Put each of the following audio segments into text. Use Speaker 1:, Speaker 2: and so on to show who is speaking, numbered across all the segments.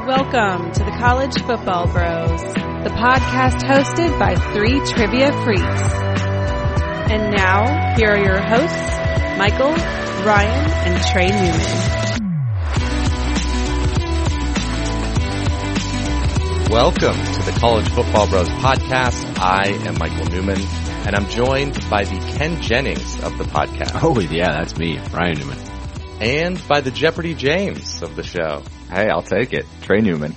Speaker 1: Welcome to the College Football Bros, the podcast hosted by three trivia freaks. And now, here are your hosts, Michael, Ryan, and Trey Newman.
Speaker 2: Welcome to the College Football Bros podcast. I am Michael Newman, and I'm joined by the Ken Jennings of the podcast
Speaker 3: Oh yeah, that's me, Ryan Newman.
Speaker 2: and by the Jeopardy James of the show.
Speaker 4: Hey, I'll take it. Trey Newman.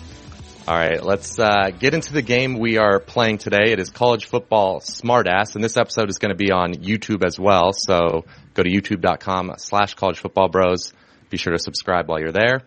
Speaker 2: All right, let's uh, get into the game we are playing today. It is College Football Smartass, and this episode is going to be on YouTube as well. So go to youtube.com slash college football bros. Be sure to subscribe while you're there.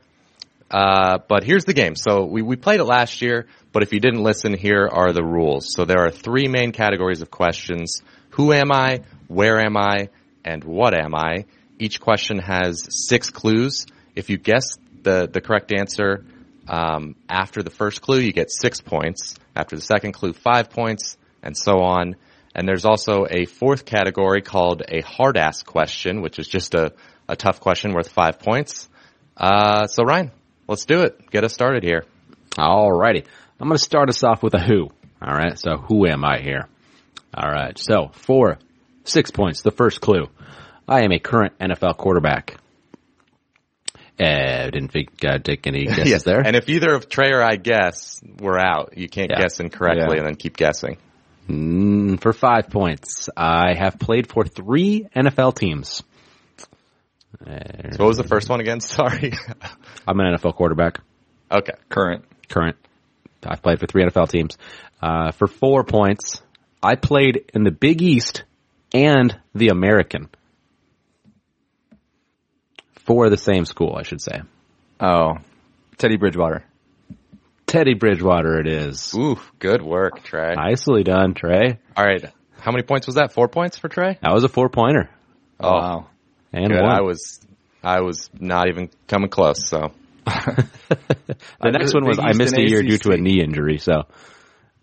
Speaker 2: Uh, but here's the game. So we, we played it last year, but if you didn't listen, here are the rules. So there are three main categories of questions. Who am I? Where am I? And what am I? Each question has six clues. If you guess the, the correct answer, um, after the first clue, you get six points. After the second clue, five points, and so on. And there's also a fourth category called a hard ass question, which is just a, a tough question worth five points. Uh, so Ryan, let's do it. Get us started here.
Speaker 3: Alrighty. I'm gonna start us off with a who. Alright, so who am I here? Alright, so for six points, the first clue. I am a current NFL quarterback. Uh, didn't think I'd take any guesses there.
Speaker 2: And if either of Trey or I guess, we're out. You can't
Speaker 3: Yeah.
Speaker 2: guess incorrectly
Speaker 3: Yeah.
Speaker 2: and then keep guessing.
Speaker 3: Mm, for five points, I have played for three NFL teams.
Speaker 2: So what was the first one again? Sorry.
Speaker 3: I'm an NFL quarterback.
Speaker 2: okay.
Speaker 4: Current.
Speaker 3: current. I've played for three NFL teams. Uh, for four points, I played in the Big East and the American. For the same school, I should say.
Speaker 4: Oh. Teddy Bridgewater.
Speaker 3: Teddy Bridgewater it is.
Speaker 2: Ooh, good work, Trey.
Speaker 3: Nicely done, Trey.
Speaker 2: All right. How many points was that? Four points for Trey?
Speaker 3: That was a four pointer.
Speaker 2: Oh,
Speaker 4: Wow.
Speaker 3: And
Speaker 2: good.
Speaker 3: one.
Speaker 2: I was, I was not even coming close. So
Speaker 3: the next one was
Speaker 4: Big
Speaker 3: I
Speaker 4: East
Speaker 3: missed a
Speaker 4: and
Speaker 3: year due to a
Speaker 4: ACC.
Speaker 3: knee injury, so.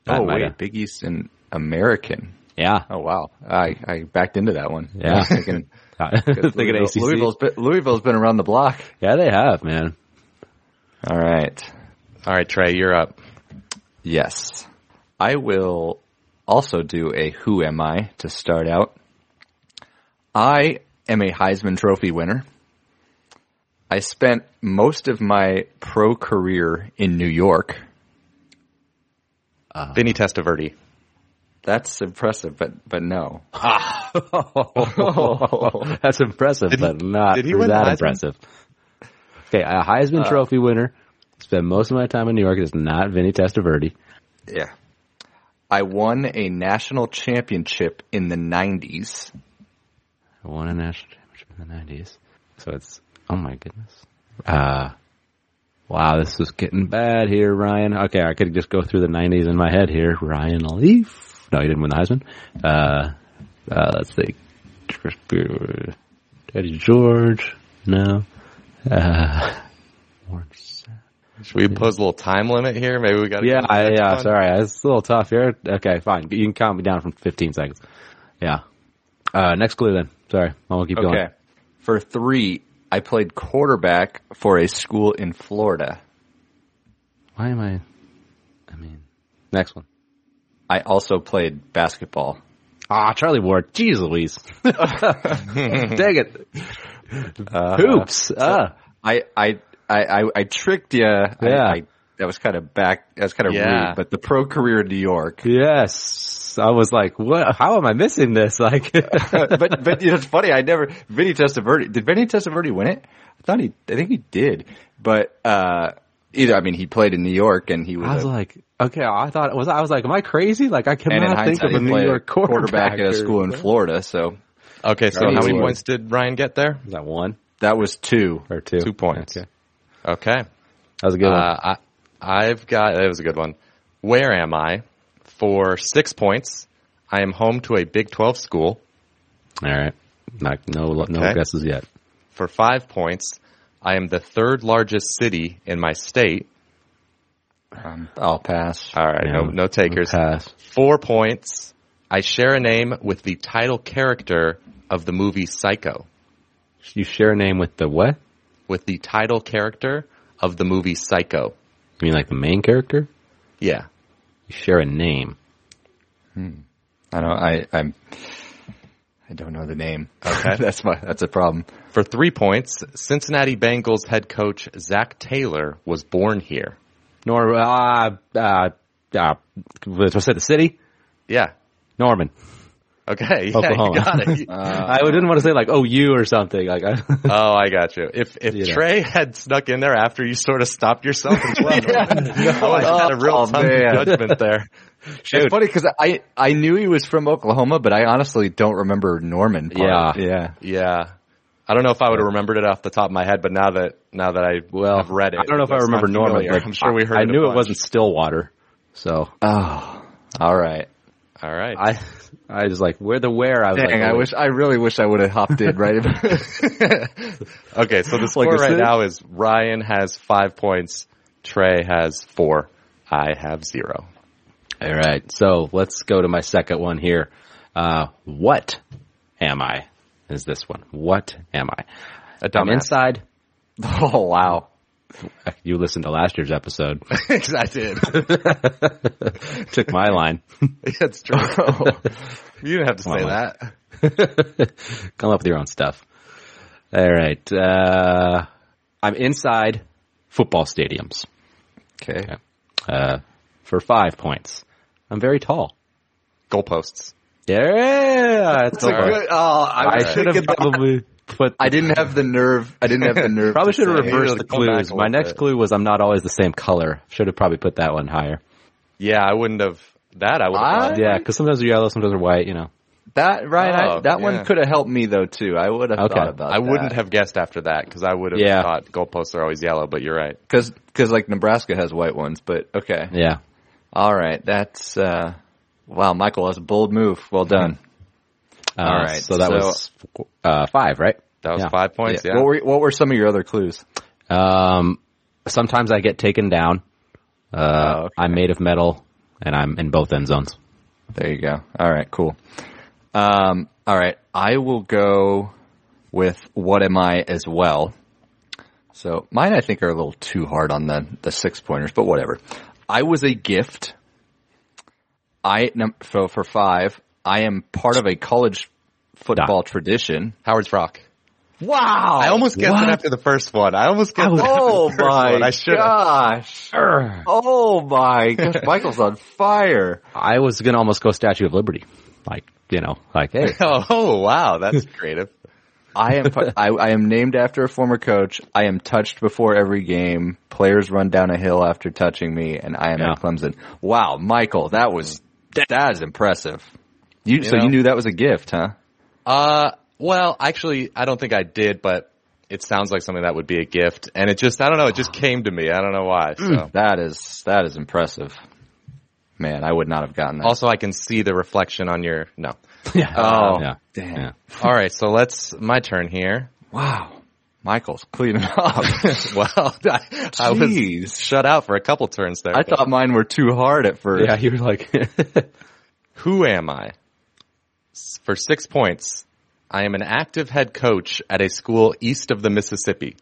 Speaker 3: that
Speaker 4: Oh,
Speaker 3: might
Speaker 4: wait.
Speaker 3: have-
Speaker 4: Big East and American.
Speaker 3: Yeah.
Speaker 4: Oh, wow. I, I backed into that one.
Speaker 3: Yeah.
Speaker 4: I was thinking,
Speaker 3: Thinking
Speaker 4: Louisville-
Speaker 3: ACC.
Speaker 4: Oh, Louisville's been, Louisville's been around the block.
Speaker 3: Yeah, they have, man.
Speaker 4: All right.
Speaker 2: all right, Trey, you're up.
Speaker 4: Yes. I will also do a who am I to start out. I am a Heisman Trophy winner. I spent most of my pro career in New York. Uh,
Speaker 2: Vinny Testaverde.
Speaker 4: That's impressive, but but no.
Speaker 2: Ah.
Speaker 3: That's impressive,
Speaker 2: Did he-
Speaker 3: but not
Speaker 2: did he win
Speaker 3: that
Speaker 2: the Heisman?
Speaker 3: impressive. Okay, a Heisman Trophy winner. Spent most of my time in New York. It is not Vinny Testaverde.
Speaker 4: Yeah. I won a national championship in the 90s.
Speaker 3: I won a national championship in the nineties. So it's oh my goodness. Uh wow, this is getting bad here, Ryan. Okay, I could just go through the nineties in my head here. Ryan Leaf. No, he didn't win the Heisman. Uh, uh let's see. Teddy George. No. Uh, Warren Sapp.
Speaker 2: Should we impose a little time limit here? Maybe we got to.
Speaker 3: Yeah, I, yeah. Sorry, it's a little tough here. Okay, fine. You can count me down from 15 seconds. Yeah. Uh, next clue then. Sorry, I won't keep going.
Speaker 4: For 3, I played quarterback for a school in Florida.
Speaker 3: Why am I? I mean, next one.
Speaker 4: I also played basketball.
Speaker 3: Ah, Charlie Ward. Jeez Louise. Dang it. Uh, Hoops. Ah,
Speaker 4: I I I I, I tricked you.
Speaker 3: Yeah.
Speaker 4: I, I, that was kind of back. That was kind of
Speaker 2: Yeah.
Speaker 4: rude. But the pro career in New York.
Speaker 3: yes. I was like, what? How am I missing this? Like,
Speaker 4: but but you know, it's funny. I never Vinny Testaverde. Did Vinny Testaverde win it? I thought he. I think he did. But uh, either I mean, he played in New York, and he was,
Speaker 3: I was
Speaker 4: a-
Speaker 3: like, okay. I thought was I was like, am I crazy? Like, I
Speaker 4: and in
Speaker 3: cannot think
Speaker 4: hindsight,
Speaker 3: of
Speaker 4: he
Speaker 3: a New
Speaker 4: played
Speaker 3: York quarterback,
Speaker 4: quarterback at a school in Florida. So
Speaker 2: Okay, so
Speaker 3: Charlie
Speaker 2: how many
Speaker 3: Ward.
Speaker 2: points did Ryan get there?
Speaker 3: Is that one
Speaker 4: that was two.
Speaker 3: or two?
Speaker 2: Two points.
Speaker 3: Okay.
Speaker 2: Okay.
Speaker 3: That was a good one.
Speaker 2: Uh, I, I've got, that was a good one. Where am I? For six points, I am home to a Big 12 school.
Speaker 3: All right. Not, no,
Speaker 2: Okay.
Speaker 3: no guesses yet.
Speaker 2: For five points, I am the third largest city in my state.
Speaker 4: Um, I'll pass.
Speaker 2: All right, no,
Speaker 3: No.
Speaker 2: no takers.
Speaker 3: Pass.
Speaker 2: Four points, I share a name with the title character of the movie Psycho.
Speaker 3: You share a name with the what?
Speaker 2: With the title character of the movie Psycho.
Speaker 3: You mean like the main character?
Speaker 2: Yeah.
Speaker 3: You share a name.
Speaker 4: I don't. I I'm. I don't know the name.
Speaker 2: Okay.
Speaker 4: that's my. That's a problem.
Speaker 2: For three points, Cincinnati Bengals head coach Zach Taylor was born here.
Speaker 3: Nor uh uh uh was it the city?
Speaker 2: Yeah.
Speaker 3: Norman.
Speaker 2: Okay. Yeah,
Speaker 3: Oklahoma.
Speaker 2: You got it.
Speaker 3: I didn't want to say like oh you or something like I,
Speaker 2: oh, I got you. If if
Speaker 3: You know.
Speaker 2: Trey had snuck in there after you sort of stopped yourself as well, I would have had a real
Speaker 4: Oh,
Speaker 2: tongue in
Speaker 4: man.
Speaker 2: judgment there.
Speaker 4: It's funny because I I knew he was from Oklahoma, but I honestly don't remember Norman. Part. yeah.
Speaker 3: Yeah.
Speaker 2: Yeah. I don't know if I would have remembered it off the top of my head, but now that now that I well have read it,
Speaker 3: I don't know if I
Speaker 2: it's
Speaker 3: remember
Speaker 2: not
Speaker 3: Norman.
Speaker 2: familiar.
Speaker 3: But
Speaker 2: I'm sure we heard.
Speaker 3: I
Speaker 2: a
Speaker 3: knew it
Speaker 2: bunch.
Speaker 3: wasn't Stillwater, so
Speaker 4: Oh, all right.
Speaker 2: All right.
Speaker 3: I I was like where the where I was
Speaker 4: Dang,
Speaker 3: like
Speaker 4: I
Speaker 3: oh,
Speaker 4: wish I really wish I would have hopped in right.
Speaker 2: Okay, so the score
Speaker 3: I
Speaker 2: right
Speaker 3: said-
Speaker 2: now is Ryan has five points, Trey has four, I have zero.
Speaker 3: All right. So let's go to my second one here. Uh, what am I? Is this one? What am I?
Speaker 2: A
Speaker 3: I'm
Speaker 2: dumbass.
Speaker 3: inside.
Speaker 4: oh wow.
Speaker 3: You listened to last year's episode.
Speaker 2: I did.
Speaker 3: Took my line.
Speaker 2: That's true. you didn't have to
Speaker 3: on,
Speaker 2: say
Speaker 3: Mike.
Speaker 2: that.
Speaker 3: Come up with your own stuff. All right. Uh, I'm inside football stadiums
Speaker 4: Okay.
Speaker 3: uh, for five points. I'm very tall.
Speaker 2: Goalposts.
Speaker 3: Yeah, that's
Speaker 2: a
Speaker 3: right.
Speaker 2: good-
Speaker 4: oh, I,
Speaker 3: I should have probably put.
Speaker 4: I didn't have the nerve. I didn't have the nerve.
Speaker 3: Probably
Speaker 4: to
Speaker 3: should have
Speaker 4: say.
Speaker 3: reversed
Speaker 2: Maybe
Speaker 3: the
Speaker 2: it'll come back
Speaker 3: clues.
Speaker 2: a
Speaker 3: My
Speaker 2: little
Speaker 3: next
Speaker 2: bit.
Speaker 3: clue was I'm not always the same color. Should have probably put that one higher.
Speaker 2: Yeah, I wouldn't have that. I would have.
Speaker 4: Ah.
Speaker 2: thought.
Speaker 3: Yeah, because sometimes they're yellow, sometimes they're white. You know.
Speaker 4: That Ryan, I,
Speaker 2: Oh,
Speaker 4: that
Speaker 2: yeah.
Speaker 4: one could have helped me though too. I would have
Speaker 3: Okay.
Speaker 4: thought about.
Speaker 2: I wouldn't
Speaker 4: that.
Speaker 2: have guessed after that because I would have
Speaker 3: Yeah.
Speaker 2: thought goalposts are always yellow. But you're right.
Speaker 4: because because like Nebraska has white ones, but okay.
Speaker 3: Yeah.
Speaker 4: All right, that's uh, wow, Michael, that's a bold move. Well done.
Speaker 3: Uh,
Speaker 4: All right,
Speaker 3: So that
Speaker 4: so-
Speaker 3: was uh, five, right?
Speaker 2: That was
Speaker 3: Yeah.
Speaker 2: five points. Yeah.
Speaker 4: What were what were some of your other clues?
Speaker 3: Um, sometimes I get taken down. Uh,
Speaker 4: Oh, okay.
Speaker 3: I'm made of metal, and I'm in both end zones.
Speaker 4: There you go. All right, cool. Um, all right, I will go with what am I as well. So mine, I think, are a little too hard on the the six pointers, but whatever. I was a gift. I num- so for five, I am part of a college football tradition.
Speaker 2: Howard's Rock.
Speaker 4: Wow!
Speaker 2: I almost guessed it after the first one. I almost guessed. it after
Speaker 4: Oh
Speaker 2: the first
Speaker 4: my
Speaker 2: one. I should have.
Speaker 4: gosh! Oh my gosh! Michael's on fire.
Speaker 3: I was gonna almost go Statue of Liberty, like you know, like hey,
Speaker 2: Oh wow, that's creative.
Speaker 4: I am I, I am named after a former coach. I am touched before every game. Players run down a hill after touching me, and I am
Speaker 3: Yeah.
Speaker 4: at Clemson. Wow, Michael, that was that is impressive. You, so
Speaker 2: know?
Speaker 4: you knew that was a gift, huh?
Speaker 2: Uh, well, actually, I don't think I did, but it sounds like something that would be a gift. And it just, I don't know, it just came to me. I don't know why. So.
Speaker 4: That is that is impressive. Man, I would not have gotten that.
Speaker 2: Also, I can see the reflection on your, no.
Speaker 3: yeah,
Speaker 4: Oh,
Speaker 3: yeah,
Speaker 4: damn.
Speaker 3: yeah.
Speaker 2: All right. So let's, my turn here.
Speaker 4: wow, Michael's cleaning up.
Speaker 2: Well, I, I was
Speaker 4: Jeez.
Speaker 2: shut out for a couple turns there.
Speaker 4: I thought mine were too hard at first.
Speaker 3: Yeah, you were like,
Speaker 2: who am I? S- For six points, I am an active head coach at a school east of the Mississippi.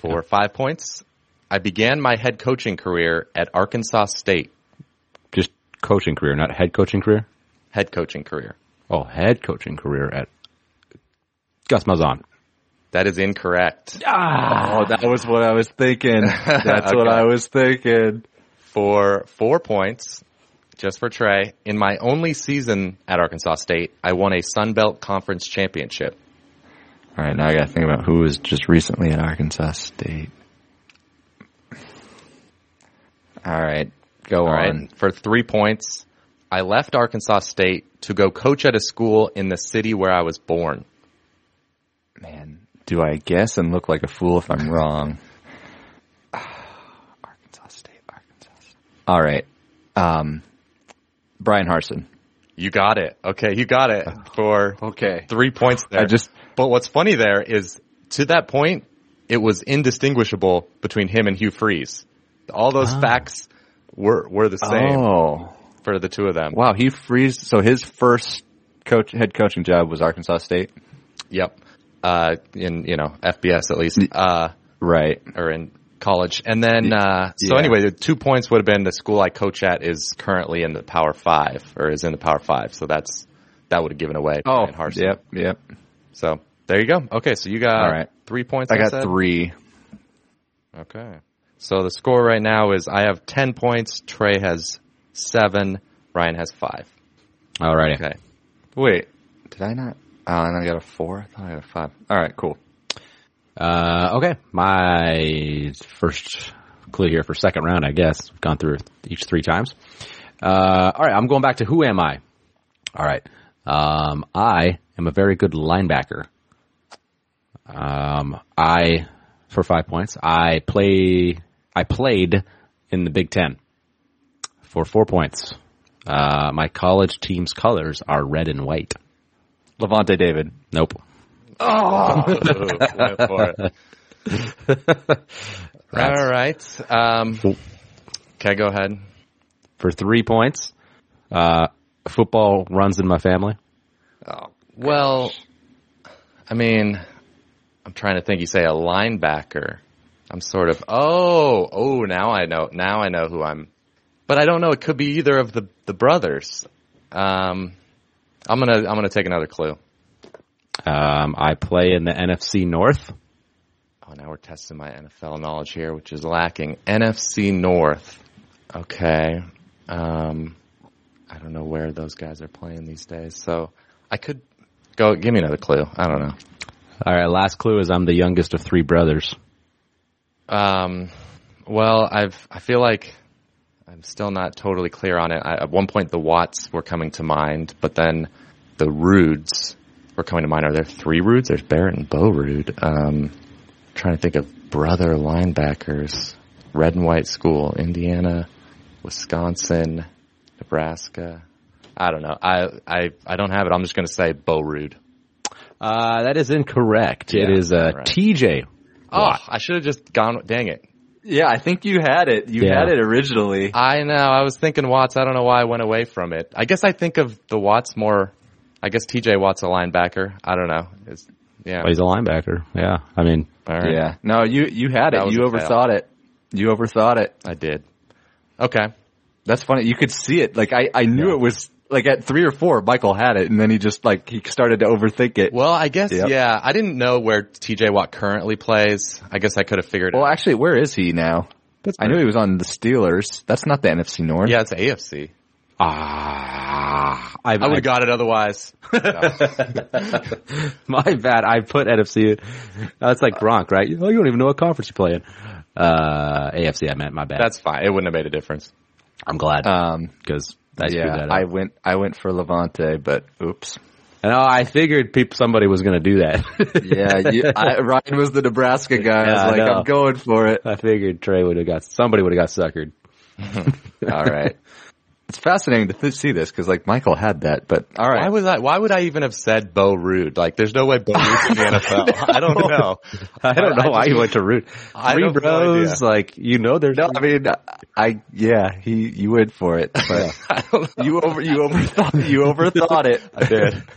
Speaker 2: For five points, I began my head coaching career at Arkansas State.
Speaker 3: just coaching career, not head coaching career.
Speaker 2: Head coaching career.
Speaker 3: Oh, head coaching career at Gus Malzahn.
Speaker 2: That is incorrect.
Speaker 4: Oh, that was what I was thinking. That's what
Speaker 2: Okay.
Speaker 4: I was thinking.
Speaker 2: for four points, just for Trey. In my only season at Arkansas State, I won a Sun Belt Conference championship.
Speaker 4: All right, now I got to think about who was just recently at Arkansas State. All right, go
Speaker 2: All right,
Speaker 4: on.
Speaker 2: for three points, I left Arkansas State to go coach at a school in the city where I was born.
Speaker 4: Man, do I guess and look like a fool if I'm wrong? Arkansas State, Arkansas. State. All right, um, Brian Harson.
Speaker 2: You got it. Okay, you got it for
Speaker 4: Uh, Okay,
Speaker 2: three points there.
Speaker 4: I just-
Speaker 2: But what's funny there is, to that point, it was indistinguishable between him and Hugh Freeze. All those facts were were the same
Speaker 4: Ah. Oh,
Speaker 2: for the two of them.
Speaker 4: wow, he freeze. So his first coach, head coaching job was Arkansas State.
Speaker 2: Yep. Uh, in you know FBS at least, uh,
Speaker 4: Right.
Speaker 2: or in college. And then, uh, so
Speaker 4: Yeah.
Speaker 2: anyway, the two points would have been the school I coach at is currently in the Power Five or is in the Power Five. So that's, that would have given away.
Speaker 4: Oh,
Speaker 2: Brian Harsin.
Speaker 4: yep, yep.
Speaker 2: So there you go. Okay. So you got
Speaker 4: All right.
Speaker 2: three points.
Speaker 4: I got
Speaker 2: said?
Speaker 4: three.
Speaker 2: Okay. So the score right now is I have 10 points. Trey has seven. Ryan has five.
Speaker 3: Alrighty.
Speaker 2: Okay.
Speaker 4: Wait, did I not? Oh, and I got a four. I thought I got a five. All right, cool.
Speaker 3: Uh, okay. My first clue here for second round, I guess. We've gone through each three times. Uh, all right. I'm going back to who am I? All right. Um, I am a very good linebacker. Um, I, for five points, I play, I played in the Big Ten for four points. Uh, my college team's colors are red and white.
Speaker 4: Levante David.
Speaker 3: Nope.
Speaker 2: Went for it. All right. Um, okay, go ahead.
Speaker 3: for three points. Uh, football runs in my family.
Speaker 2: Well, I mean, I'm trying to think. You say a linebacker. I'm sort of oh oh now I know now I know who I'm, but I don't know. It could be either of the the brothers. Um, I'm gonna I'm gonna take another clue.
Speaker 3: Um, I play in the NFC North.
Speaker 2: Oh, now we're testing my NFL knowledge here, which is lacking. NFC North. Okay. Um, I don't know where those guys are playing these days, so I could go. Give me another clue. I don't know.
Speaker 3: All right. Last clue is I'm the youngest of three brothers.
Speaker 2: Um, well, I've I feel like I'm still not totally clear on it. I, at one point, the Watts were coming to mind, but then the Rudes were coming to mind. Are there three Rudes? There's Barrett and Bo Rude. Um, trying to think of brother linebackers. Red and white school, Indiana, Wisconsin, Nebraska. I don't know. I I I don't have it. I'm just gonna say Bo Rude.
Speaker 3: Uh, that is incorrect. it
Speaker 2: Yeah,
Speaker 3: is uh,
Speaker 2: right.
Speaker 3: TJ.
Speaker 2: Oh, I should have just gone. Dang it.
Speaker 4: Yeah, I think you had it. You
Speaker 3: Yeah.
Speaker 4: had it originally.
Speaker 2: I know. I was thinking Watts. I don't know why I went away from it. I guess I think of the Watts more. I guess TJ Watts a linebacker. I don't know. It's, yeah.
Speaker 3: Well, Oh, he's a linebacker. Yeah. I mean,
Speaker 2: All right.
Speaker 4: Yeah. No, you you had
Speaker 2: That
Speaker 4: it.
Speaker 2: was
Speaker 4: You
Speaker 2: a fail.
Speaker 4: overthought it. You overthought it.
Speaker 2: I did. Okay.
Speaker 4: That's funny. You could see it. Like I, I knew it was like at three or four, Michael had it, and then he just like he started to overthink it. Well,
Speaker 2: Well, I guess
Speaker 4: Yep.
Speaker 2: yeah. I didn't know where TJ Watt currently plays. I guess I could have figured it.
Speaker 4: actually, where is he now? I knew he was on the Steelers. That's not the NFC North.
Speaker 2: Yeah, it's AFC.
Speaker 3: ah, I,
Speaker 2: I would have got it otherwise.
Speaker 3: my bad. I put NFC. That's like Gronk, right? Oh, you don't even know what conference you play in. Uh, AFC. I meant my bad.
Speaker 2: That's fine. It wouldn't have made a difference.
Speaker 3: I'm glad
Speaker 4: Um.
Speaker 3: because I screwed
Speaker 4: yeah.
Speaker 3: that up.
Speaker 4: I went. I went for Levante, but oops.
Speaker 3: No, oh, I figured peop somebody was going to do that.
Speaker 4: Yeah. You, I, Ryan was the Nebraska guy.
Speaker 3: Yeah,
Speaker 4: I
Speaker 3: I
Speaker 4: was like,
Speaker 3: know.
Speaker 4: I'm going for it.
Speaker 3: I figured Trey would have got somebody would have got suckered.
Speaker 4: All right. It's fascinating to th- see this because like Michael had that, but all right.
Speaker 2: Why was I? Why would I even have said Bo Rude? Like, there's no way Bo Rude's in the NFL. I don't know.
Speaker 3: I don't know
Speaker 2: I
Speaker 3: why you went to root.
Speaker 2: I
Speaker 3: Three
Speaker 2: don't know
Speaker 3: bros,
Speaker 2: idea.
Speaker 3: like you know, there's
Speaker 4: no, I mean, I yeah, he you went for it, but you over you overthought you overthought it. I did.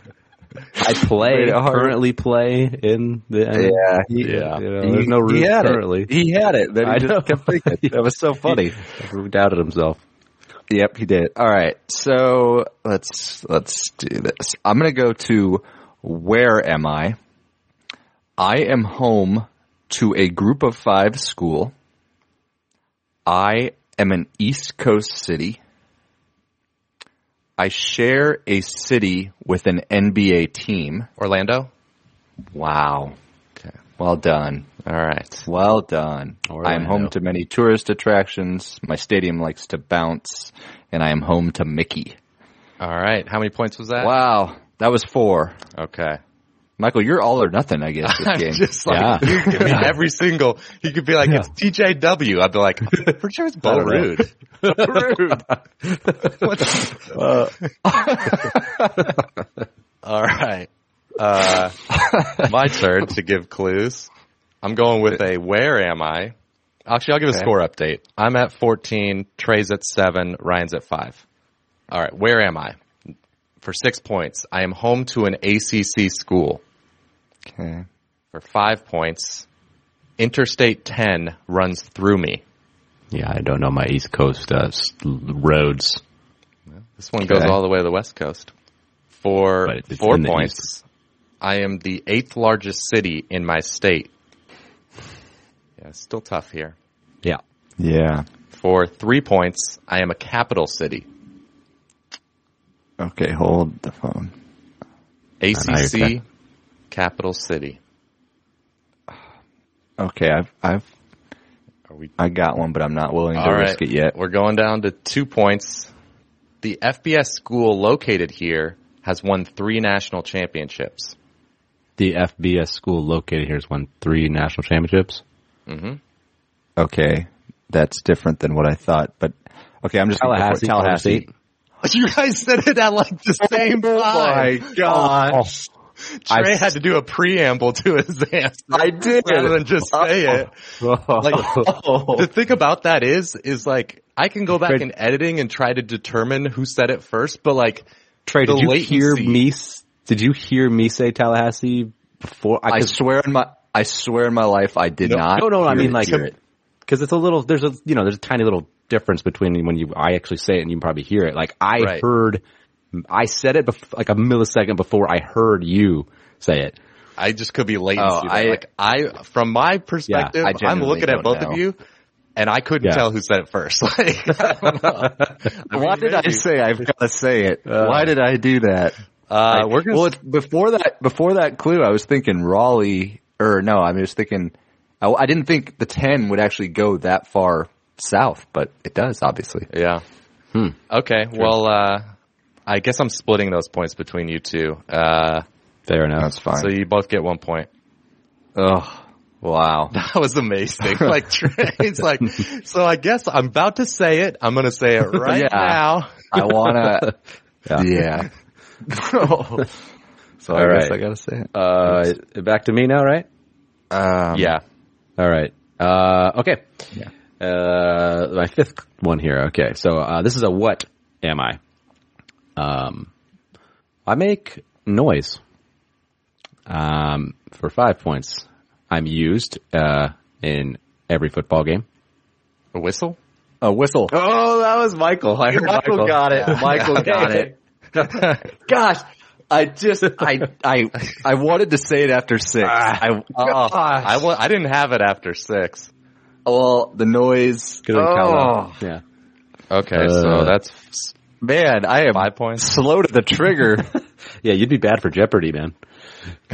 Speaker 3: I play
Speaker 4: Wait, a hard-
Speaker 3: currently play in the
Speaker 4: Yeah,
Speaker 3: you
Speaker 2: yeah.
Speaker 3: know, there's no
Speaker 4: he
Speaker 3: root
Speaker 4: had
Speaker 3: currently.
Speaker 4: It. He had it. Then he
Speaker 3: I
Speaker 4: just
Speaker 3: know.
Speaker 4: kept thinking. That was so funny.
Speaker 3: He doubted himself.
Speaker 4: yep, he did. All right, so let's let's do this. I'm gonna go to where am I? I am home to a group of five school. I am an East Coast city. I share a city with an NBA team.
Speaker 2: Orlando.
Speaker 4: Wow. Okay. Well done.
Speaker 2: All right.
Speaker 4: Well done. I am
Speaker 3: Orlando.
Speaker 4: home to many tourist attractions. My stadium likes to bounce, and I am home to Mickey.
Speaker 2: All right. How many points was that?
Speaker 4: Wow, that was four.
Speaker 2: Okay.
Speaker 4: Michael, you're all or nothing, I guess, this
Speaker 2: I'm
Speaker 4: game.
Speaker 2: just like,
Speaker 3: Yeah.
Speaker 2: you give me every single, he could be like, it's TJW. I'd be like, for sure it's Bo
Speaker 3: I don't know.
Speaker 2: Rude. Rude. What's- All right. Uh, my turn to give clues. I'm going with a where am I? Actually, I'll give a score update. I'm at 14, Trey's at 7, Ryan's at 5. All right, where am I? For 6 points, I am home to an ACC school
Speaker 4: okay.
Speaker 2: for five points. Interstate 10 runs through me.
Speaker 3: Yeah, I don't know my East Coast uh, s- roads.
Speaker 2: This one goes
Speaker 4: Okay.
Speaker 2: all the way to the West Coast. For
Speaker 3: But it's
Speaker 2: four
Speaker 3: in the
Speaker 2: points, I am the eighth largest city in my state. Yeah, it's still tough here.
Speaker 3: Yeah.
Speaker 4: Yeah.
Speaker 2: For three points, I am a capital city.
Speaker 3: Ah,
Speaker 4: Okay, hold the phone.
Speaker 3: now you're
Speaker 2: ACC,
Speaker 3: correct.
Speaker 2: capital city.
Speaker 4: Okay, I've I've
Speaker 2: Are we
Speaker 4: I got one, but I'm not willing to
Speaker 2: All right.
Speaker 4: risk it yet.
Speaker 2: We're going down to two points. The FBS school located here has won three national championships.
Speaker 3: The FBS school located here has won three national championships.
Speaker 4: Okay, that's different than what I thought. But okay, I'm just gonna go for it. Tallahassee.
Speaker 2: You guys said it at like the same time. Oh,
Speaker 4: gosh!
Speaker 2: Trey had to do a preamble to his answer.
Speaker 4: I did.
Speaker 2: Rather than just say it. Like,
Speaker 4: Oh,
Speaker 2: the thing about that is, is like, I can go back
Speaker 3: Trey-
Speaker 2: in editing and try to determine who said it first, but like,
Speaker 3: Trey,
Speaker 2: the
Speaker 3: did you hear
Speaker 2: latency.
Speaker 3: me? s- Did you hear me say Tallahassee before?
Speaker 4: I
Speaker 3: 'cause-
Speaker 4: swear in my I swear in my life I did
Speaker 2: No,
Speaker 4: not.
Speaker 3: no, no. I
Speaker 4: hear
Speaker 3: mean,
Speaker 4: it,
Speaker 3: like,
Speaker 4: hear it.
Speaker 3: because it's a little. There's a you know. There's a tiny little difference between when you I actually say it and you probably hear it. Like I
Speaker 2: Right.
Speaker 3: heard, I said it bef- like a millisecond before I heard you say it.
Speaker 2: I just could be latency.
Speaker 4: Oh,
Speaker 2: there.
Speaker 4: I-
Speaker 2: like I, from my perspective,
Speaker 4: I
Speaker 2: I'm
Speaker 4: genuinely
Speaker 2: looking
Speaker 4: don't
Speaker 2: at both
Speaker 4: know.
Speaker 2: of you, and I couldn't
Speaker 3: Yeah.
Speaker 2: tell who said it first. Like, I don't know. I
Speaker 4: Why
Speaker 2: mean,
Speaker 4: did I
Speaker 2: maybe.
Speaker 4: say I've got to say it? Why did I do that?
Speaker 2: Uh, we're gonna.
Speaker 4: well, it's before that, before that clue, I was thinking Raleigh, or no, I was thinking, I, I didn't think the 10 would actually go that far south, but it does, obviously.
Speaker 2: yeah.
Speaker 4: Hmm.
Speaker 2: Okay. Well, uh, I guess I'm splitting those points between you two. Uh,
Speaker 3: Fair enough.
Speaker 4: That's fine.
Speaker 2: so you both get one point.
Speaker 4: oh, wow.
Speaker 2: That was amazing. Like Trey's like, so I guess I'm about to say it. I'm gonna say it right
Speaker 4: Yeah.
Speaker 2: now.
Speaker 4: I wanna, yeah. so I
Speaker 3: All
Speaker 4: guess
Speaker 3: right.
Speaker 4: I gotta say it.
Speaker 3: Uh, back to me now, right?
Speaker 4: Um,
Speaker 2: Yeah.
Speaker 3: All right. Uh, okay.
Speaker 4: Yeah.
Speaker 3: Uh, my fifth one here. Okay. So, uh, this is a what am I? Um, I make noise. Um, for five points. I'm used, uh, in every football game.
Speaker 2: A whistle.
Speaker 4: A whistle.
Speaker 3: Oh, that was Michael. I heard
Speaker 4: Michael, got it. Michael got it. Gosh, I just I I I wanted to say it after six.
Speaker 3: Ah.
Speaker 4: I
Speaker 2: Oh,
Speaker 4: gosh.
Speaker 2: I wa- I didn't have it after six.
Speaker 4: well the noise. Oh
Speaker 3: Yeah.
Speaker 2: Okay,
Speaker 3: Uh,
Speaker 2: so that's f-
Speaker 4: man, I am
Speaker 2: five points.
Speaker 4: slow to the trigger.
Speaker 3: Yeah. You'd be bad for Jeopardy, man.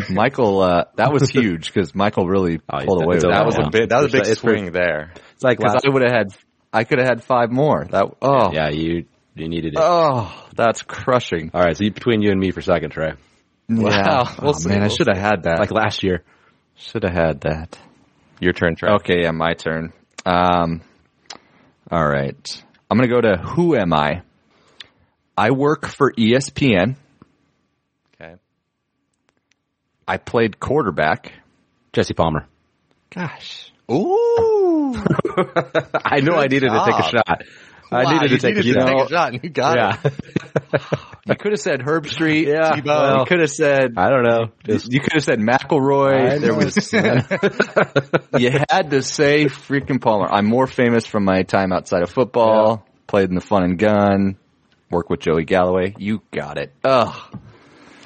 Speaker 4: Michael, uh, that was huge because Michael really
Speaker 3: Oh, yeah,
Speaker 4: pulled away with
Speaker 3: it's
Speaker 4: that.
Speaker 2: That
Speaker 3: over
Speaker 2: was
Speaker 4: one.
Speaker 3: now.
Speaker 2: a big that was a big
Speaker 3: It's pretty-
Speaker 2: swing there.
Speaker 3: It's like
Speaker 4: Because
Speaker 3: last,
Speaker 4: I would have had, I could have had five more. That oh
Speaker 3: yeah, you, you needed it.
Speaker 4: oh, that's crushing.
Speaker 3: All right. So you between you and me for a second, Trey.
Speaker 4: Yeah.
Speaker 2: We'll
Speaker 4: Oh,
Speaker 2: see,
Speaker 4: man, I
Speaker 2: we'll
Speaker 4: should have had that.
Speaker 3: Like last year.
Speaker 4: should have had that.
Speaker 2: Your turn, Trey.
Speaker 4: Okay, yeah, my turn. Um, all right. I'm going to go to Who Am I? I work for E ESPN.
Speaker 2: Okay.
Speaker 4: I played quarterback.
Speaker 3: Jesse Palmer.
Speaker 4: Gosh.
Speaker 2: Ooh.
Speaker 3: I know I needed to take a shot. I needed to take a shot.
Speaker 2: shot, and you got it.
Speaker 3: yeah.
Speaker 4: You could have said Herb Street.
Speaker 3: Yeah,
Speaker 4: Tebow.
Speaker 3: well,
Speaker 4: you could have said,
Speaker 3: I don't know. Just
Speaker 4: you could have said McElroy. There was, you had to say freaking Palmer. I'm more famous from my time outside of football, played in the fun and gun, work with Joey Galloway. You got it. Ugh.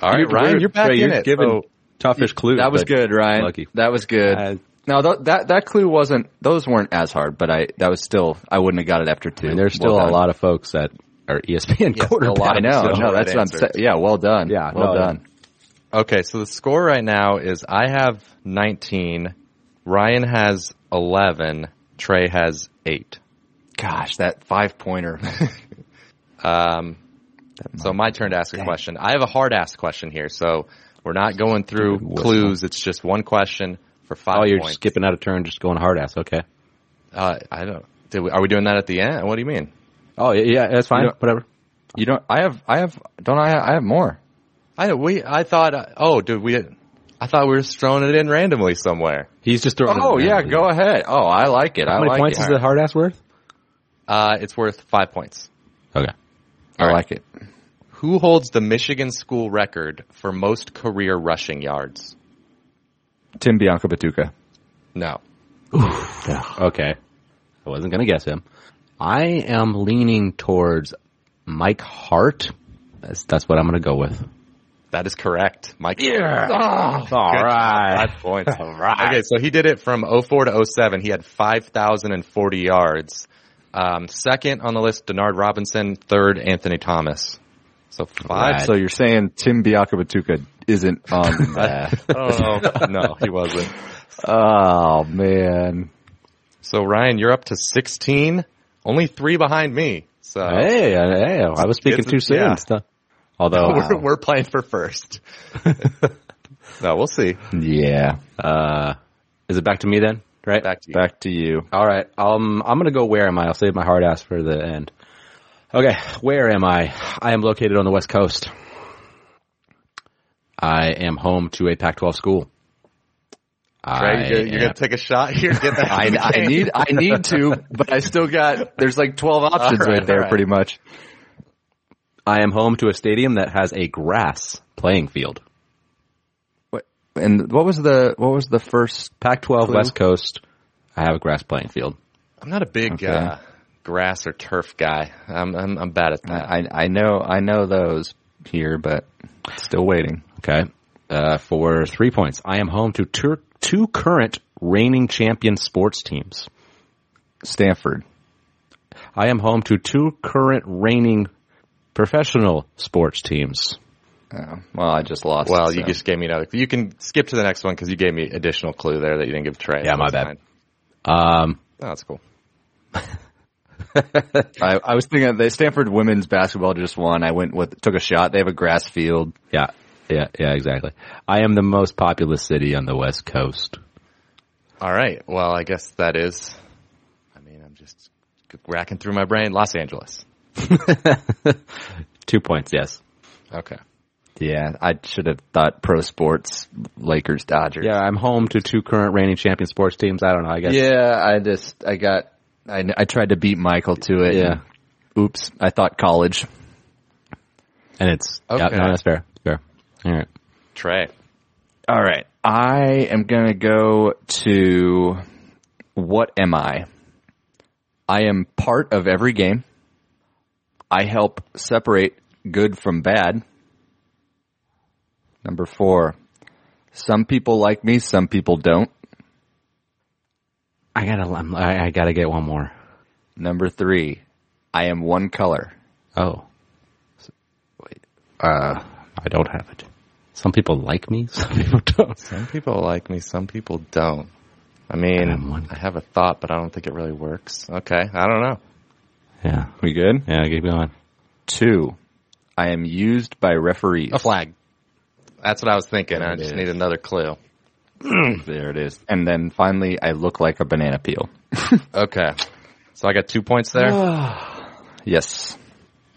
Speaker 2: All right,
Speaker 3: Dude,
Speaker 2: Ryan,
Speaker 3: we're-
Speaker 2: you're back
Speaker 3: Trey,
Speaker 2: in
Speaker 3: you're
Speaker 2: it.
Speaker 3: giving
Speaker 2: So,
Speaker 3: toughish clues.
Speaker 4: That was
Speaker 3: but-
Speaker 4: good, Ryan.
Speaker 3: Lucky.
Speaker 4: That was good.
Speaker 3: I-
Speaker 4: no, th- that that clue wasn't. Those weren't as hard, but I that was still. I wouldn't have got it after two.
Speaker 3: And there's still a lot of folks that are E ESPN
Speaker 2: Yeah,
Speaker 3: quarterbacks.
Speaker 2: a lot.
Speaker 4: I know.
Speaker 2: so-
Speaker 4: no, that's what I'm
Speaker 2: Answers.
Speaker 4: saying. Yeah, well done.
Speaker 3: Yeah,
Speaker 4: well
Speaker 3: no,
Speaker 4: done.
Speaker 2: okay, so the score right now is I have 19, Ryan has 11, Trey has 8.
Speaker 4: Gosh, that five pointer.
Speaker 2: Um, so my turn to ask a question. I have a hard ass question here, so we're not going through
Speaker 3: Stupid whistle.
Speaker 2: clues. It's just one question for five.
Speaker 3: Oh, you're
Speaker 2: points.
Speaker 3: skipping out of turn, just going hard ass. Okay.
Speaker 2: Uh, I don't. Did we, are we doing that at the end? What do you mean?
Speaker 3: Oh yeah, yeah that's fine.
Speaker 4: You know-
Speaker 3: Whatever.
Speaker 4: you don't. I have. I have. Don't I? I have more.
Speaker 2: I we I thought. uh, Oh, did we? I thought we were just throwing it in randomly somewhere.
Speaker 3: He's just throwing.
Speaker 4: Oh
Speaker 3: it
Speaker 4: yeah,
Speaker 3: down.
Speaker 4: go ahead. Oh, I like it. I
Speaker 3: How many
Speaker 4: like
Speaker 3: points
Speaker 4: it.
Speaker 3: is the hard ass worth?
Speaker 2: Uh, it's worth five points.
Speaker 3: Okay.
Speaker 4: I like it.
Speaker 2: Who holds the Michigan school record for most career rushing yards?
Speaker 4: Tim Bianco Batuka.
Speaker 2: No.
Speaker 3: Okay. I wasn't going to guess him. I am leaning towards Mike Hart. That's, that's what I'm going to go with.
Speaker 2: That is correct. Mike.
Speaker 3: Yeah. All
Speaker 2: Good.
Speaker 3: right.
Speaker 2: Five points.
Speaker 3: All right.
Speaker 2: Okay, so he did it from 04 to 07. He had 5,040 yards. Um, second on the list, Denard Robinson. Third, Anthony Thomas. So five.
Speaker 3: Right.
Speaker 4: So you're saying Tim Biakabatuka isn't on that?
Speaker 2: Oh, no, he wasn't.
Speaker 4: oh man,
Speaker 2: So Ryan, you're up to 16. Only three behind me. So
Speaker 3: Hey, uh, hey, I was speaking
Speaker 2: It's-
Speaker 3: too soon.
Speaker 2: yeah.
Speaker 3: Stuff. Although,
Speaker 2: we're, we're playing for first. no, we'll see.
Speaker 4: yeah.
Speaker 3: uh, is it back to me then? Right?
Speaker 2: Back to you.
Speaker 4: Back to you.
Speaker 3: All right. Um, I'm going to go where am I? I'll save my hard ass for the end. Okay. Where am I? I am located on the West Coast. I am home to a Pac 12 school.
Speaker 2: Trey, you're, you're
Speaker 3: am-
Speaker 2: gonna take a shot here. Get back
Speaker 4: I,
Speaker 2: in the
Speaker 4: I
Speaker 2: game.
Speaker 4: need I need to, but I still got there's like twelve options
Speaker 2: All
Speaker 4: right,
Speaker 2: right,
Speaker 4: there,
Speaker 2: all right.
Speaker 4: pretty much.
Speaker 3: I am home to a stadium that has a grass playing field.
Speaker 4: What- And what was the what was the first?
Speaker 3: Pac 12
Speaker 4: Clue?
Speaker 3: West Coast. I have a grass playing field.
Speaker 2: I'm not a big
Speaker 4: Okay.
Speaker 2: uh, grass or turf guy. I'm, I'm I'm bad at that.
Speaker 4: I I know I know those here, but still waiting.
Speaker 3: Okay. Uh, for three points, I am home to tur two current reigning champion sports teams.
Speaker 4: Stanford.
Speaker 3: I am home to two current reigning professional sports teams.
Speaker 4: Oh, well, I just lost.
Speaker 2: Well, you
Speaker 4: so.
Speaker 2: just gave me another. You can skip to the next one because you gave me additional clue there that you didn't give Trey.
Speaker 3: Yeah, my
Speaker 2: That's
Speaker 3: bad.
Speaker 2: fine.
Speaker 3: Um,
Speaker 2: No, that's cool.
Speaker 4: I, I was thinking the Stanford women's basketball just won. I went with took a shot. They have a grass field.
Speaker 3: yeah, yeah, yeah, exactly. I am the most populous city on the West Coast.
Speaker 2: All right. Well, I guess that is. I mean, I'm just racking through my brain. Los Angeles.
Speaker 3: Two points, yes.
Speaker 2: Okay.
Speaker 4: Yeah, I should have thought pro sports Lakers Dodgers.
Speaker 3: Yeah, I'm home to two current reigning champion sports teams. I don't know. I guess.
Speaker 4: yeah. I just I got I I tried to beat Michael to it.
Speaker 3: Yeah.
Speaker 4: Oops, I thought college.
Speaker 3: And it's yeah,
Speaker 2: Okay.
Speaker 3: no, that's fair. Fair. All right.
Speaker 2: Trey.
Speaker 4: All right. I am going to go to what am I? I am part of every game. I help separate good from bad. Number four. Some people like me, some people don't.
Speaker 3: I gotta. I'm- I, I gotta get one more.
Speaker 4: Number three. I am one color.
Speaker 3: Oh. S- Wait. Uh, I don't have it. Some people like me. Some people don't.
Speaker 2: Some people like me. Some people don't. I
Speaker 3: I'm
Speaker 2: mean,
Speaker 3: one.
Speaker 2: I have a thought, but I don't think it really works. Okay. I don't know.
Speaker 3: Yeah.
Speaker 4: We good?
Speaker 3: Yeah. Keep going.
Speaker 4: Two. I am used by referees.
Speaker 2: flag. That's what I was thinking. I
Speaker 4: It
Speaker 2: just
Speaker 4: is.
Speaker 2: need another clue.
Speaker 4: There it is. And then finally, I look like a banana peel.
Speaker 2: Okay. So I got two points there,
Speaker 4: Yes.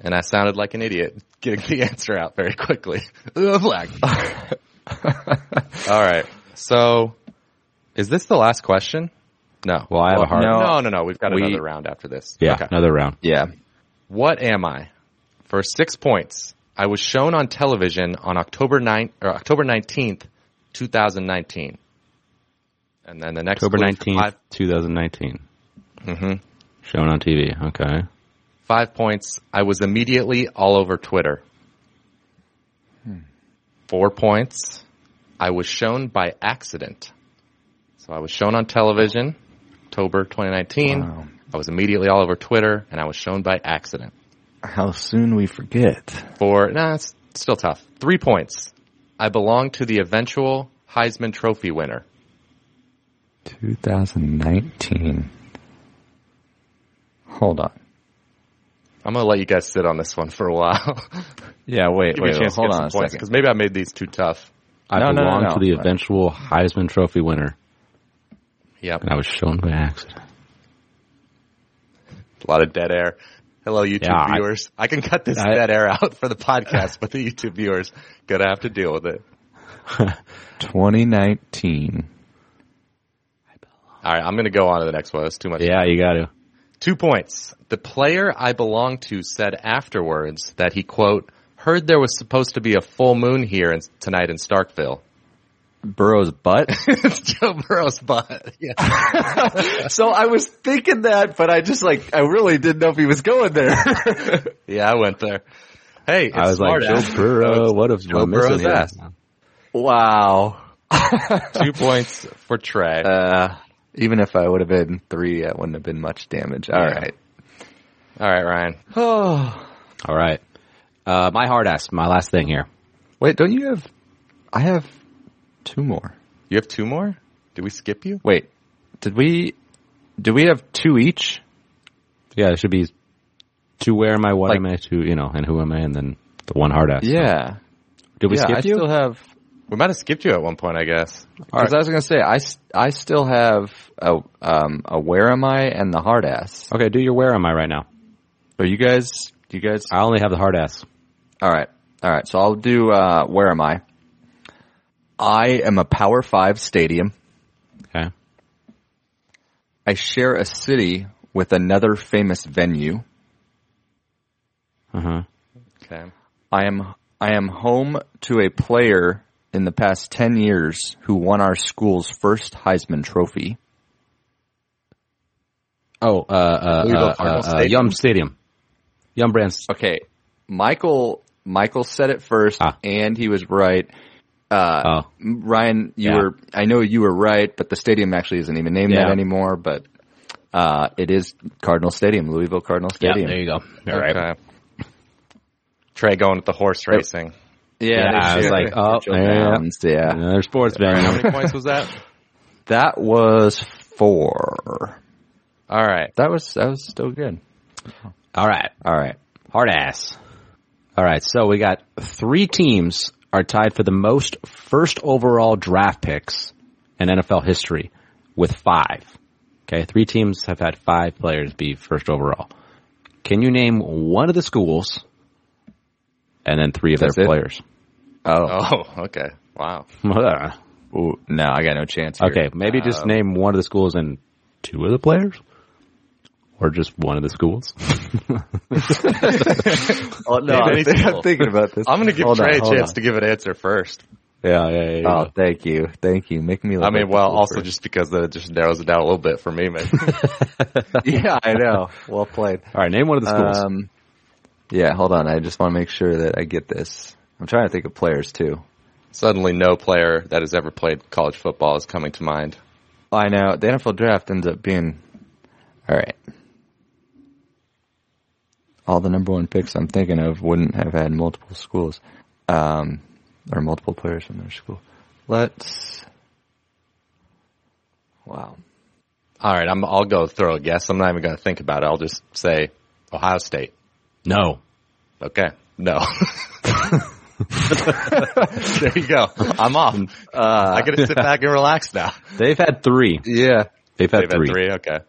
Speaker 2: and I sounded like an idiot getting the answer out very quickly. Ugh, Flag. All right. So, is this the last question? No.
Speaker 3: Well, I have a hard.
Speaker 4: no.
Speaker 2: No, no, no. We've got
Speaker 4: We-
Speaker 2: another round after this.
Speaker 3: Yeah.
Speaker 2: Okay.
Speaker 3: Another round.
Speaker 4: Yeah.
Speaker 2: What am I? For six points, I was shown on television on October 9th, or October 19th, 2019. And then the next
Speaker 3: October
Speaker 2: clue for
Speaker 3: nineteenth,
Speaker 2: five-
Speaker 3: two thousand nineteen. Mm-hmm. Shown on TV. Okay.
Speaker 2: Five points. I was immediately all over Twitter. Four points. I was shown by accident. So I was shown on television, October 2019.
Speaker 4: Wow.
Speaker 2: I was immediately all over Twitter, and I was shown by accident.
Speaker 4: How soon we forget.
Speaker 2: For nah, it's still tough. Three points. I belong to the eventual Heisman Trophy winner.
Speaker 4: 2019. Hold on.
Speaker 2: I'm gonna let you guys sit on this one for a while.
Speaker 4: Yeah, wait,
Speaker 2: Give me
Speaker 4: wait,
Speaker 2: a
Speaker 4: wait,
Speaker 2: chance
Speaker 4: hold
Speaker 2: to get
Speaker 4: on a
Speaker 2: some points
Speaker 4: second.
Speaker 2: because maybe I made these too tough.
Speaker 3: I
Speaker 4: No, no, no,
Speaker 3: belong
Speaker 4: no.
Speaker 3: to the eventual Heisman Trophy winner,
Speaker 2: Yep.
Speaker 3: and I was shown by accident.
Speaker 2: A lot of dead air. Hello, YouTube
Speaker 3: Yeah, I-
Speaker 2: viewers. I, can cut this
Speaker 3: I-
Speaker 2: dead air out for the podcast, but the YouTube viewers gonna have to deal with it.
Speaker 4: 2019.
Speaker 2: All right, I'm gonna go on to the next one. That's too much.
Speaker 3: Yeah, you got to.
Speaker 2: Two points. The player I belong to said afterwards that he quote heard there was supposed to be a full moon here in, tonight in Starkville.
Speaker 4: Burrow's butt.
Speaker 2: it's Joe Burrow's butt. Yeah.
Speaker 4: so I was thinking that, but I just like I really didn't know if he was going there.
Speaker 2: yeah, I went there. Hey, it's
Speaker 3: I was like,
Speaker 2: smart ass.
Speaker 3: Joe Burrow, what if
Speaker 2: Joe
Speaker 3: we're missing
Speaker 2: Burrow's
Speaker 3: here?
Speaker 2: ass.
Speaker 4: wow.
Speaker 2: Two points for Trey.
Speaker 4: Uh, even if I would have been three, that wouldn't have been much damage. All
Speaker 2: Yeah.
Speaker 4: right.
Speaker 2: All right, Ryan.
Speaker 4: Oh
Speaker 3: All right. Uh, my hard ass, my last thing here.
Speaker 4: wait, don't you have? I have two more.
Speaker 2: You have two more? Did we skip you?
Speaker 4: Wait, did we? Do we have two each?
Speaker 3: Yeah, it should be to where am I, what
Speaker 4: Like-
Speaker 3: am I, to, you know, and who am I, and then the one hard ass.
Speaker 4: Yeah.
Speaker 3: Did we
Speaker 4: yeah,
Speaker 3: skip
Speaker 4: I
Speaker 3: you?
Speaker 4: still have.
Speaker 2: We might have skipped you at one point, I guess.
Speaker 4: Because I was gonna say I, s- I still have a um a where am I and the hard ass.
Speaker 3: okay, do your where am I right now.
Speaker 4: Are you guys? You guys?
Speaker 3: I only have the hard ass.
Speaker 4: All right, all right. So I'll do uh, where am I? I am a Power Five stadium.
Speaker 3: Okay.
Speaker 4: I share a city with another famous venue.
Speaker 3: Uh huh.
Speaker 2: Okay.
Speaker 4: I am I am home to a player in the past 10 years who won our school's first Heisman trophy.
Speaker 3: Oh, uh, uh,
Speaker 2: Louisville
Speaker 3: uh, uh,
Speaker 2: Cardinals
Speaker 3: uh, Yum Stadium. Yum Brands.
Speaker 4: Okay. Michael Michael said it first
Speaker 3: Ah.
Speaker 4: and he was right.
Speaker 3: Oh,
Speaker 4: Ryan, you
Speaker 3: Yeah.
Speaker 4: were I know you were right, but the stadium actually isn't even named that
Speaker 3: Yeah.
Speaker 4: anymore, but uh, it is Cardinal Stadium, Louisville Cardinal
Speaker 3: yeah,
Speaker 4: Stadium.
Speaker 3: there you go. All right.
Speaker 2: Okay. Trey going with the horse racing.
Speaker 3: Yeah,
Speaker 4: they
Speaker 3: I was
Speaker 4: share
Speaker 3: like,
Speaker 4: the
Speaker 3: oh,
Speaker 4: Churchill
Speaker 3: yeah.
Speaker 4: Downs, yeah.
Speaker 3: Another sports
Speaker 2: All right, how
Speaker 3: venue.
Speaker 2: many points was that?
Speaker 4: That was four.
Speaker 2: All right.
Speaker 4: That was that was still good.
Speaker 3: All right.
Speaker 4: All right.
Speaker 3: Hard ass. All right. So we got three teams are tied for the most first overall draft picks in NFL history with five. Okay. Three teams have had five players be first overall. Can you name one of the schools and then three of
Speaker 4: That's
Speaker 3: their
Speaker 4: it?
Speaker 3: players?
Speaker 2: Oh, okay. Wow.
Speaker 4: Ooh, no, I got no chance. Here.
Speaker 3: Okay, maybe just
Speaker 4: Um,
Speaker 3: name one of the schools and two of the players, or just one of the schools.
Speaker 4: Oh, no,
Speaker 2: Name
Speaker 4: I'm,
Speaker 2: any
Speaker 4: think-
Speaker 2: school.
Speaker 4: I'm thinking about this.
Speaker 2: I'm going to give
Speaker 4: Hold on,
Speaker 2: Trey
Speaker 4: hold
Speaker 2: a chance
Speaker 4: on.
Speaker 2: to give an answer first.
Speaker 3: yeah, yeah, yeah.
Speaker 4: Oh, thank you, thank you. Make me. Look
Speaker 2: I mean,
Speaker 4: like
Speaker 2: well,
Speaker 4: the
Speaker 2: also
Speaker 4: first.
Speaker 2: just because that just narrows it down a little bit for me, maybe.
Speaker 4: yeah, I know. Well played.
Speaker 3: All right, name one of the schools.
Speaker 4: Um, yeah, hold on. I just want to make sure that I get this. I'm trying to think of players too.
Speaker 2: Suddenly, no player that has ever played college football is coming to mind.
Speaker 4: I know the NFL draft ends up being all right. All the number one picks I'm thinking of wouldn't have had multiple schools, um, or multiple players from their school. Let's. Wow.
Speaker 2: All right, I'm, I'll go throw a guess. I'm not even going to think about it. I'll just say Ohio State.
Speaker 3: no,
Speaker 2: Okay, no. there you go. I'm off. I got to sit back and relax now.
Speaker 3: they've had three.
Speaker 4: Yeah.
Speaker 3: They've had,
Speaker 2: They've
Speaker 3: three.
Speaker 2: had three. Okay.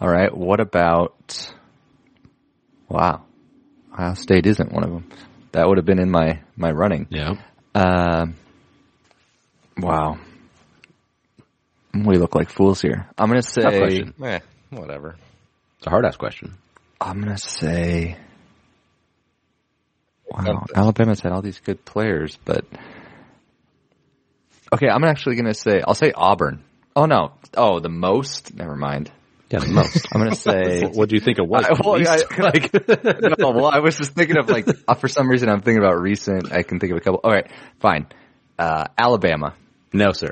Speaker 4: All right. What about? Wow, Ohio State isn't one of them. That would have been in my my running.
Speaker 3: Yeah.
Speaker 4: Um, wow, we look like fools here. I'm gonna
Speaker 3: Tough
Speaker 4: say.
Speaker 3: question.
Speaker 2: Eh, whatever.
Speaker 3: It's a hard ass question.
Speaker 4: I'm gonna say. Wow,
Speaker 2: Something.
Speaker 4: Alabama's had all these good players, but okay. I'm actually gonna say. I'll say Auburn. Oh no. Oh, the most. Never mind.
Speaker 3: Yeah, the most.
Speaker 4: I'm gonna say.
Speaker 3: what do you think it was?
Speaker 4: I- well,
Speaker 3: Least?
Speaker 4: I- no, well, I was just thinking of like uh, for some reason I'm thinking about recent. I can think of a couple. All right, fine. Uh, Alabama.
Speaker 3: no, sir.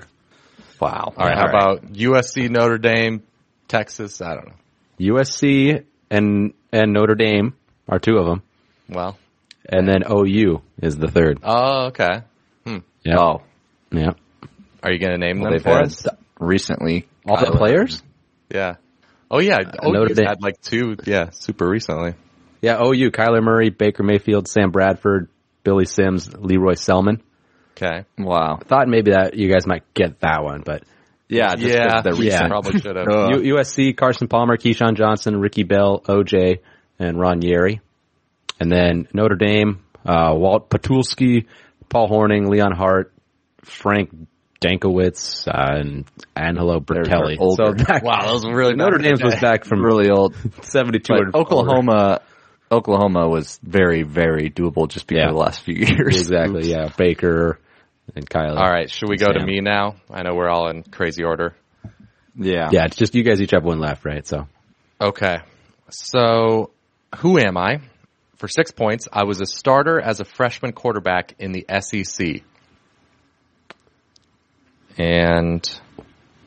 Speaker 4: Wow.
Speaker 2: All right. how about USC, Notre Dame, Texas? I don't know.
Speaker 3: USC and and Notre Dame are two of them,
Speaker 2: Well.
Speaker 3: and then OU is the third.
Speaker 2: Oh, okay.
Speaker 3: Yeah,
Speaker 4: Oh,
Speaker 3: yeah.
Speaker 2: Are you going to name
Speaker 4: well,
Speaker 2: them
Speaker 4: they've
Speaker 2: for
Speaker 4: had
Speaker 2: us?
Speaker 4: recently
Speaker 3: All the
Speaker 4: Kyler.
Speaker 3: players?
Speaker 2: Yeah. Oh yeah. Oh,
Speaker 3: Notre
Speaker 2: you've
Speaker 3: Dame.
Speaker 2: had like two. Yeah, super recently.
Speaker 3: Yeah, OU. Kyler Murray, Baker Mayfield, Sam Bradford, Billy Sims, Leroy Selman.
Speaker 2: Okay.
Speaker 4: Wow.
Speaker 3: thought maybe that you guys might get that one, but
Speaker 4: Yeah. Just 'cause
Speaker 2: yeah.
Speaker 4: they're
Speaker 3: yeah.
Speaker 4: recent.
Speaker 2: Probably should have.
Speaker 4: Uh,
Speaker 3: U- USC, Carson Palmer, Keyshawn Johnson, Ricky Bell, OJ, and Ron Yeri. And then Notre Dame, uh, Walt Patulski, Paul Horning, Leon Hart, Frank Dankowitz, uh, and Angelo Bertelli.
Speaker 4: they're older.
Speaker 3: So back,
Speaker 2: wow, that was really
Speaker 3: Notre
Speaker 2: bad.
Speaker 3: Dame's was back from
Speaker 4: Really old.
Speaker 3: 72
Speaker 4: But
Speaker 3: and forward.
Speaker 4: Oklahoma. Oklahoma was very very doable just because
Speaker 3: Yeah.
Speaker 4: of the last few years.
Speaker 3: Exactly, yeah. Baker, and Kyler.
Speaker 2: All right, should we go to
Speaker 3: Sam.
Speaker 2: me now? I know we're all in crazy order.
Speaker 4: Yeah.
Speaker 3: Yeah, it's just you guys each have one left, right? So
Speaker 2: Okay. So, who am I? For six points, I was a starter as a freshman quarterback in the E SEC. And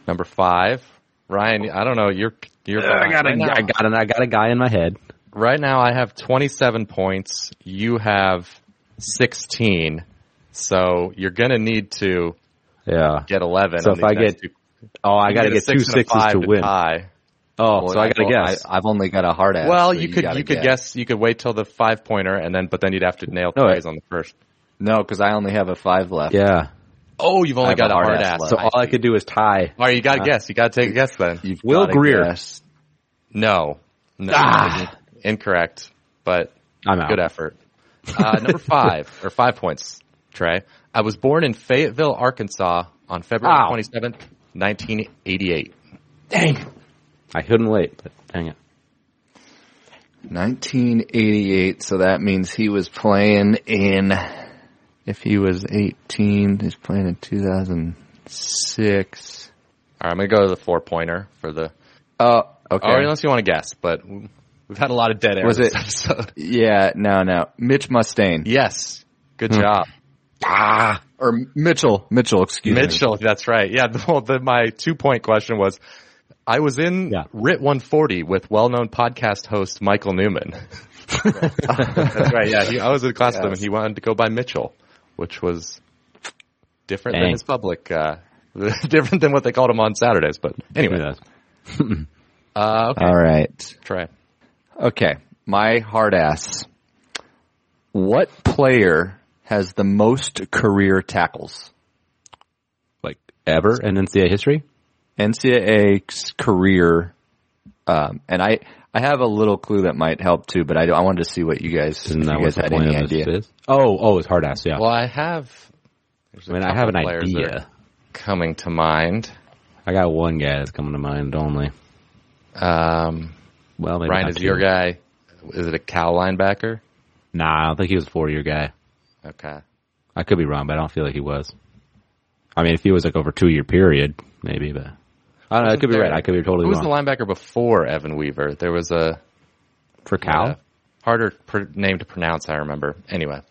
Speaker 2: number five, Ryan. I don't know. You're you're.
Speaker 3: I got a,
Speaker 2: right, now,
Speaker 3: I got an, I got a guy in my head.
Speaker 2: right now, I have 27 points. You have 16. So you're gonna need to
Speaker 3: Yeah.
Speaker 2: get 11.
Speaker 3: So
Speaker 2: on
Speaker 3: if
Speaker 2: these
Speaker 3: I
Speaker 2: next
Speaker 3: get-
Speaker 2: two-
Speaker 3: Oh, I
Speaker 2: you
Speaker 3: got to
Speaker 2: a
Speaker 3: get two
Speaker 2: six and a
Speaker 3: sixes
Speaker 2: five
Speaker 3: to win.
Speaker 2: tie.
Speaker 3: Oh,
Speaker 4: Well,
Speaker 3: so I got to
Speaker 4: well,
Speaker 3: guess.
Speaker 4: I, I've only got a hard ass. so
Speaker 2: Well, you could
Speaker 4: gotta
Speaker 2: you could guess. You could wait till the five pointer, and then but then you'd have to nail
Speaker 3: No,
Speaker 2: plays
Speaker 3: I-
Speaker 2: on the first.
Speaker 4: No, because I only have a five left.
Speaker 3: yeah.
Speaker 2: Oh, you've
Speaker 4: I
Speaker 2: only
Speaker 4: have
Speaker 2: got a hard ass.
Speaker 4: left.
Speaker 3: So all I could do is tie.
Speaker 2: All right, you got to guess. You got to take a guess then.
Speaker 4: You've
Speaker 3: Will
Speaker 4: gotta
Speaker 3: Greer.
Speaker 4: guess.
Speaker 2: No, no,
Speaker 3: Ah.
Speaker 2: incorrect, but
Speaker 3: I'm out.
Speaker 2: good effort. Uh, number five or five points, Trey. I was born in Fayetteville, Arkansas, on February
Speaker 3: Ow.
Speaker 2: twenty seventh, nineteen eighty eight.
Speaker 3: I couldn't wait, but dang it.
Speaker 4: 1988, so that means he was playing in, if he was 18, he's playing in 2006.
Speaker 2: All right, I'm gonna go to the four pointer for the.
Speaker 4: Oh, okay.
Speaker 2: Or unless you want to guess, but we've had a lot of dead air.
Speaker 4: Was
Speaker 2: this
Speaker 4: it-
Speaker 2: episode.
Speaker 4: yeah, no, no. Mitch Mustaine.
Speaker 2: Yes. Good job.
Speaker 4: Ah, or Mitchell. Mitchell, excuse me.
Speaker 2: Mitchell, that's right. Yeah, the, well, the, my two point question was I was in
Speaker 3: Yeah.
Speaker 2: RIT 140 with well known podcast host Michael Newman. that's right. Yeah, he, I was in class with him and he wanted to go by Mitchell, which was different than
Speaker 3: Dang.
Speaker 2: his public, uh, different than what they called him on Saturdays. But anyway,
Speaker 3: Who knows?
Speaker 2: uh, okay,
Speaker 4: All right.
Speaker 2: Trey.
Speaker 4: Okay. My hard ass. What player has the most career tackles?
Speaker 3: Like ever in NCAA history?
Speaker 4: NCAA's career, um, and I I have a little clue that might help too, but I I wanted to see what you guys if
Speaker 3: Isn't
Speaker 4: you
Speaker 3: that what
Speaker 4: guys
Speaker 3: the
Speaker 4: had
Speaker 3: point
Speaker 4: any
Speaker 3: of this
Speaker 4: idea.
Speaker 3: is? Oh, oh, it's hard ass. Yeah.
Speaker 2: Well, I have. there's a
Speaker 3: I mean, I
Speaker 2: couple
Speaker 3: have an
Speaker 2: players that are
Speaker 3: idea.
Speaker 2: coming to mind.
Speaker 3: I got one guy that's coming to mind only.
Speaker 2: Um,
Speaker 3: Well, maybe
Speaker 2: Ryan
Speaker 3: not
Speaker 2: is
Speaker 3: two.
Speaker 2: your guy. Is it a cow linebacker?
Speaker 3: Nah, I don't think he was a four-year guy.
Speaker 2: Okay.
Speaker 3: I could be wrong, but I don't feel like he was. I mean, if he was like over two-year period, maybe, but I don't know. I
Speaker 2: Wasn't
Speaker 3: could be
Speaker 2: there-
Speaker 3: right. I could be totally
Speaker 2: Who was
Speaker 3: wrong.
Speaker 2: the linebacker before Evan Weaver? There was a
Speaker 3: For Cal?
Speaker 2: uh, harder pr- name to pronounce. I remember. Anyway,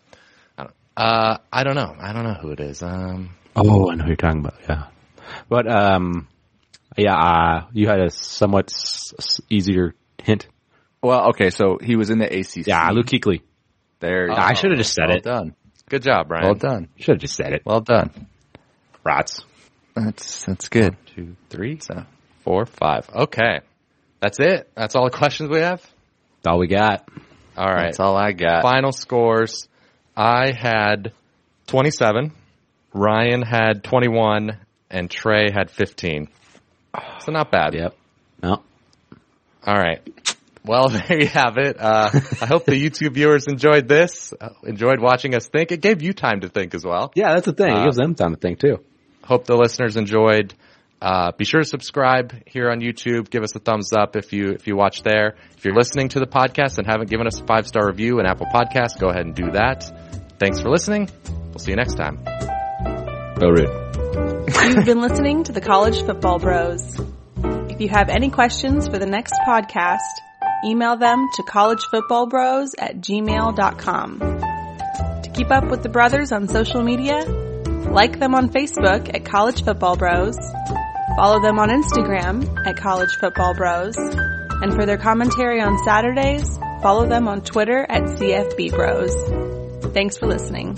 Speaker 2: I don't, uh, I don't know. I don't know who it is. Um,
Speaker 3: Oh, I know who you're talking about. Yeah, but um, yeah, uh, you had a somewhat s- s- easier hint.
Speaker 4: Well, okay, so he was in the ACC.
Speaker 3: Yeah, Luke Kuechly.
Speaker 4: there.
Speaker 2: Oh,
Speaker 3: I should have just said
Speaker 4: well
Speaker 3: it.
Speaker 4: done.
Speaker 2: good job, Brian.
Speaker 4: Well done.
Speaker 3: Should have just said it.
Speaker 4: Well done.
Speaker 3: Rots.
Speaker 4: That's that's good.
Speaker 2: Two, three,
Speaker 4: So
Speaker 2: four, five. Okay, that's it. That's all the questions we have.
Speaker 3: That's all we got.
Speaker 2: All right.
Speaker 4: that's all I got.
Speaker 2: Final scores. I had twenty-seven. Ryan had twenty-one, and Trey had fifteen. So not bad.
Speaker 3: Yep. No.
Speaker 2: All right. Well, there you have it. Uh, I hope the YouTube viewers enjoyed this, uh, enjoyed watching us think. It gave you time to think as well.
Speaker 3: Yeah, that's the thing.
Speaker 2: Uh,
Speaker 3: it gives them time to think too.
Speaker 2: Hope the listeners enjoyed. Uh, be sure to subscribe here on YouTube. Give us a thumbs up if you if you watch there. If you're listening to the podcast and haven't given us a five star review in Apple Podcasts, go ahead and do that. Thanks for listening. We'll see you next time.
Speaker 3: Go Rude.
Speaker 1: You've been listening to the College Football Bros. If you have any questions for the next podcast, email them to collegefootballbros at gmail.com. To keep up with the brothers on social media, like them on Facebook at College Football Bros, follow them on Instagram at College Football Bros, and for their commentary on Saturdays, follow them on Twitter at CFB Bros. Thanks for listening.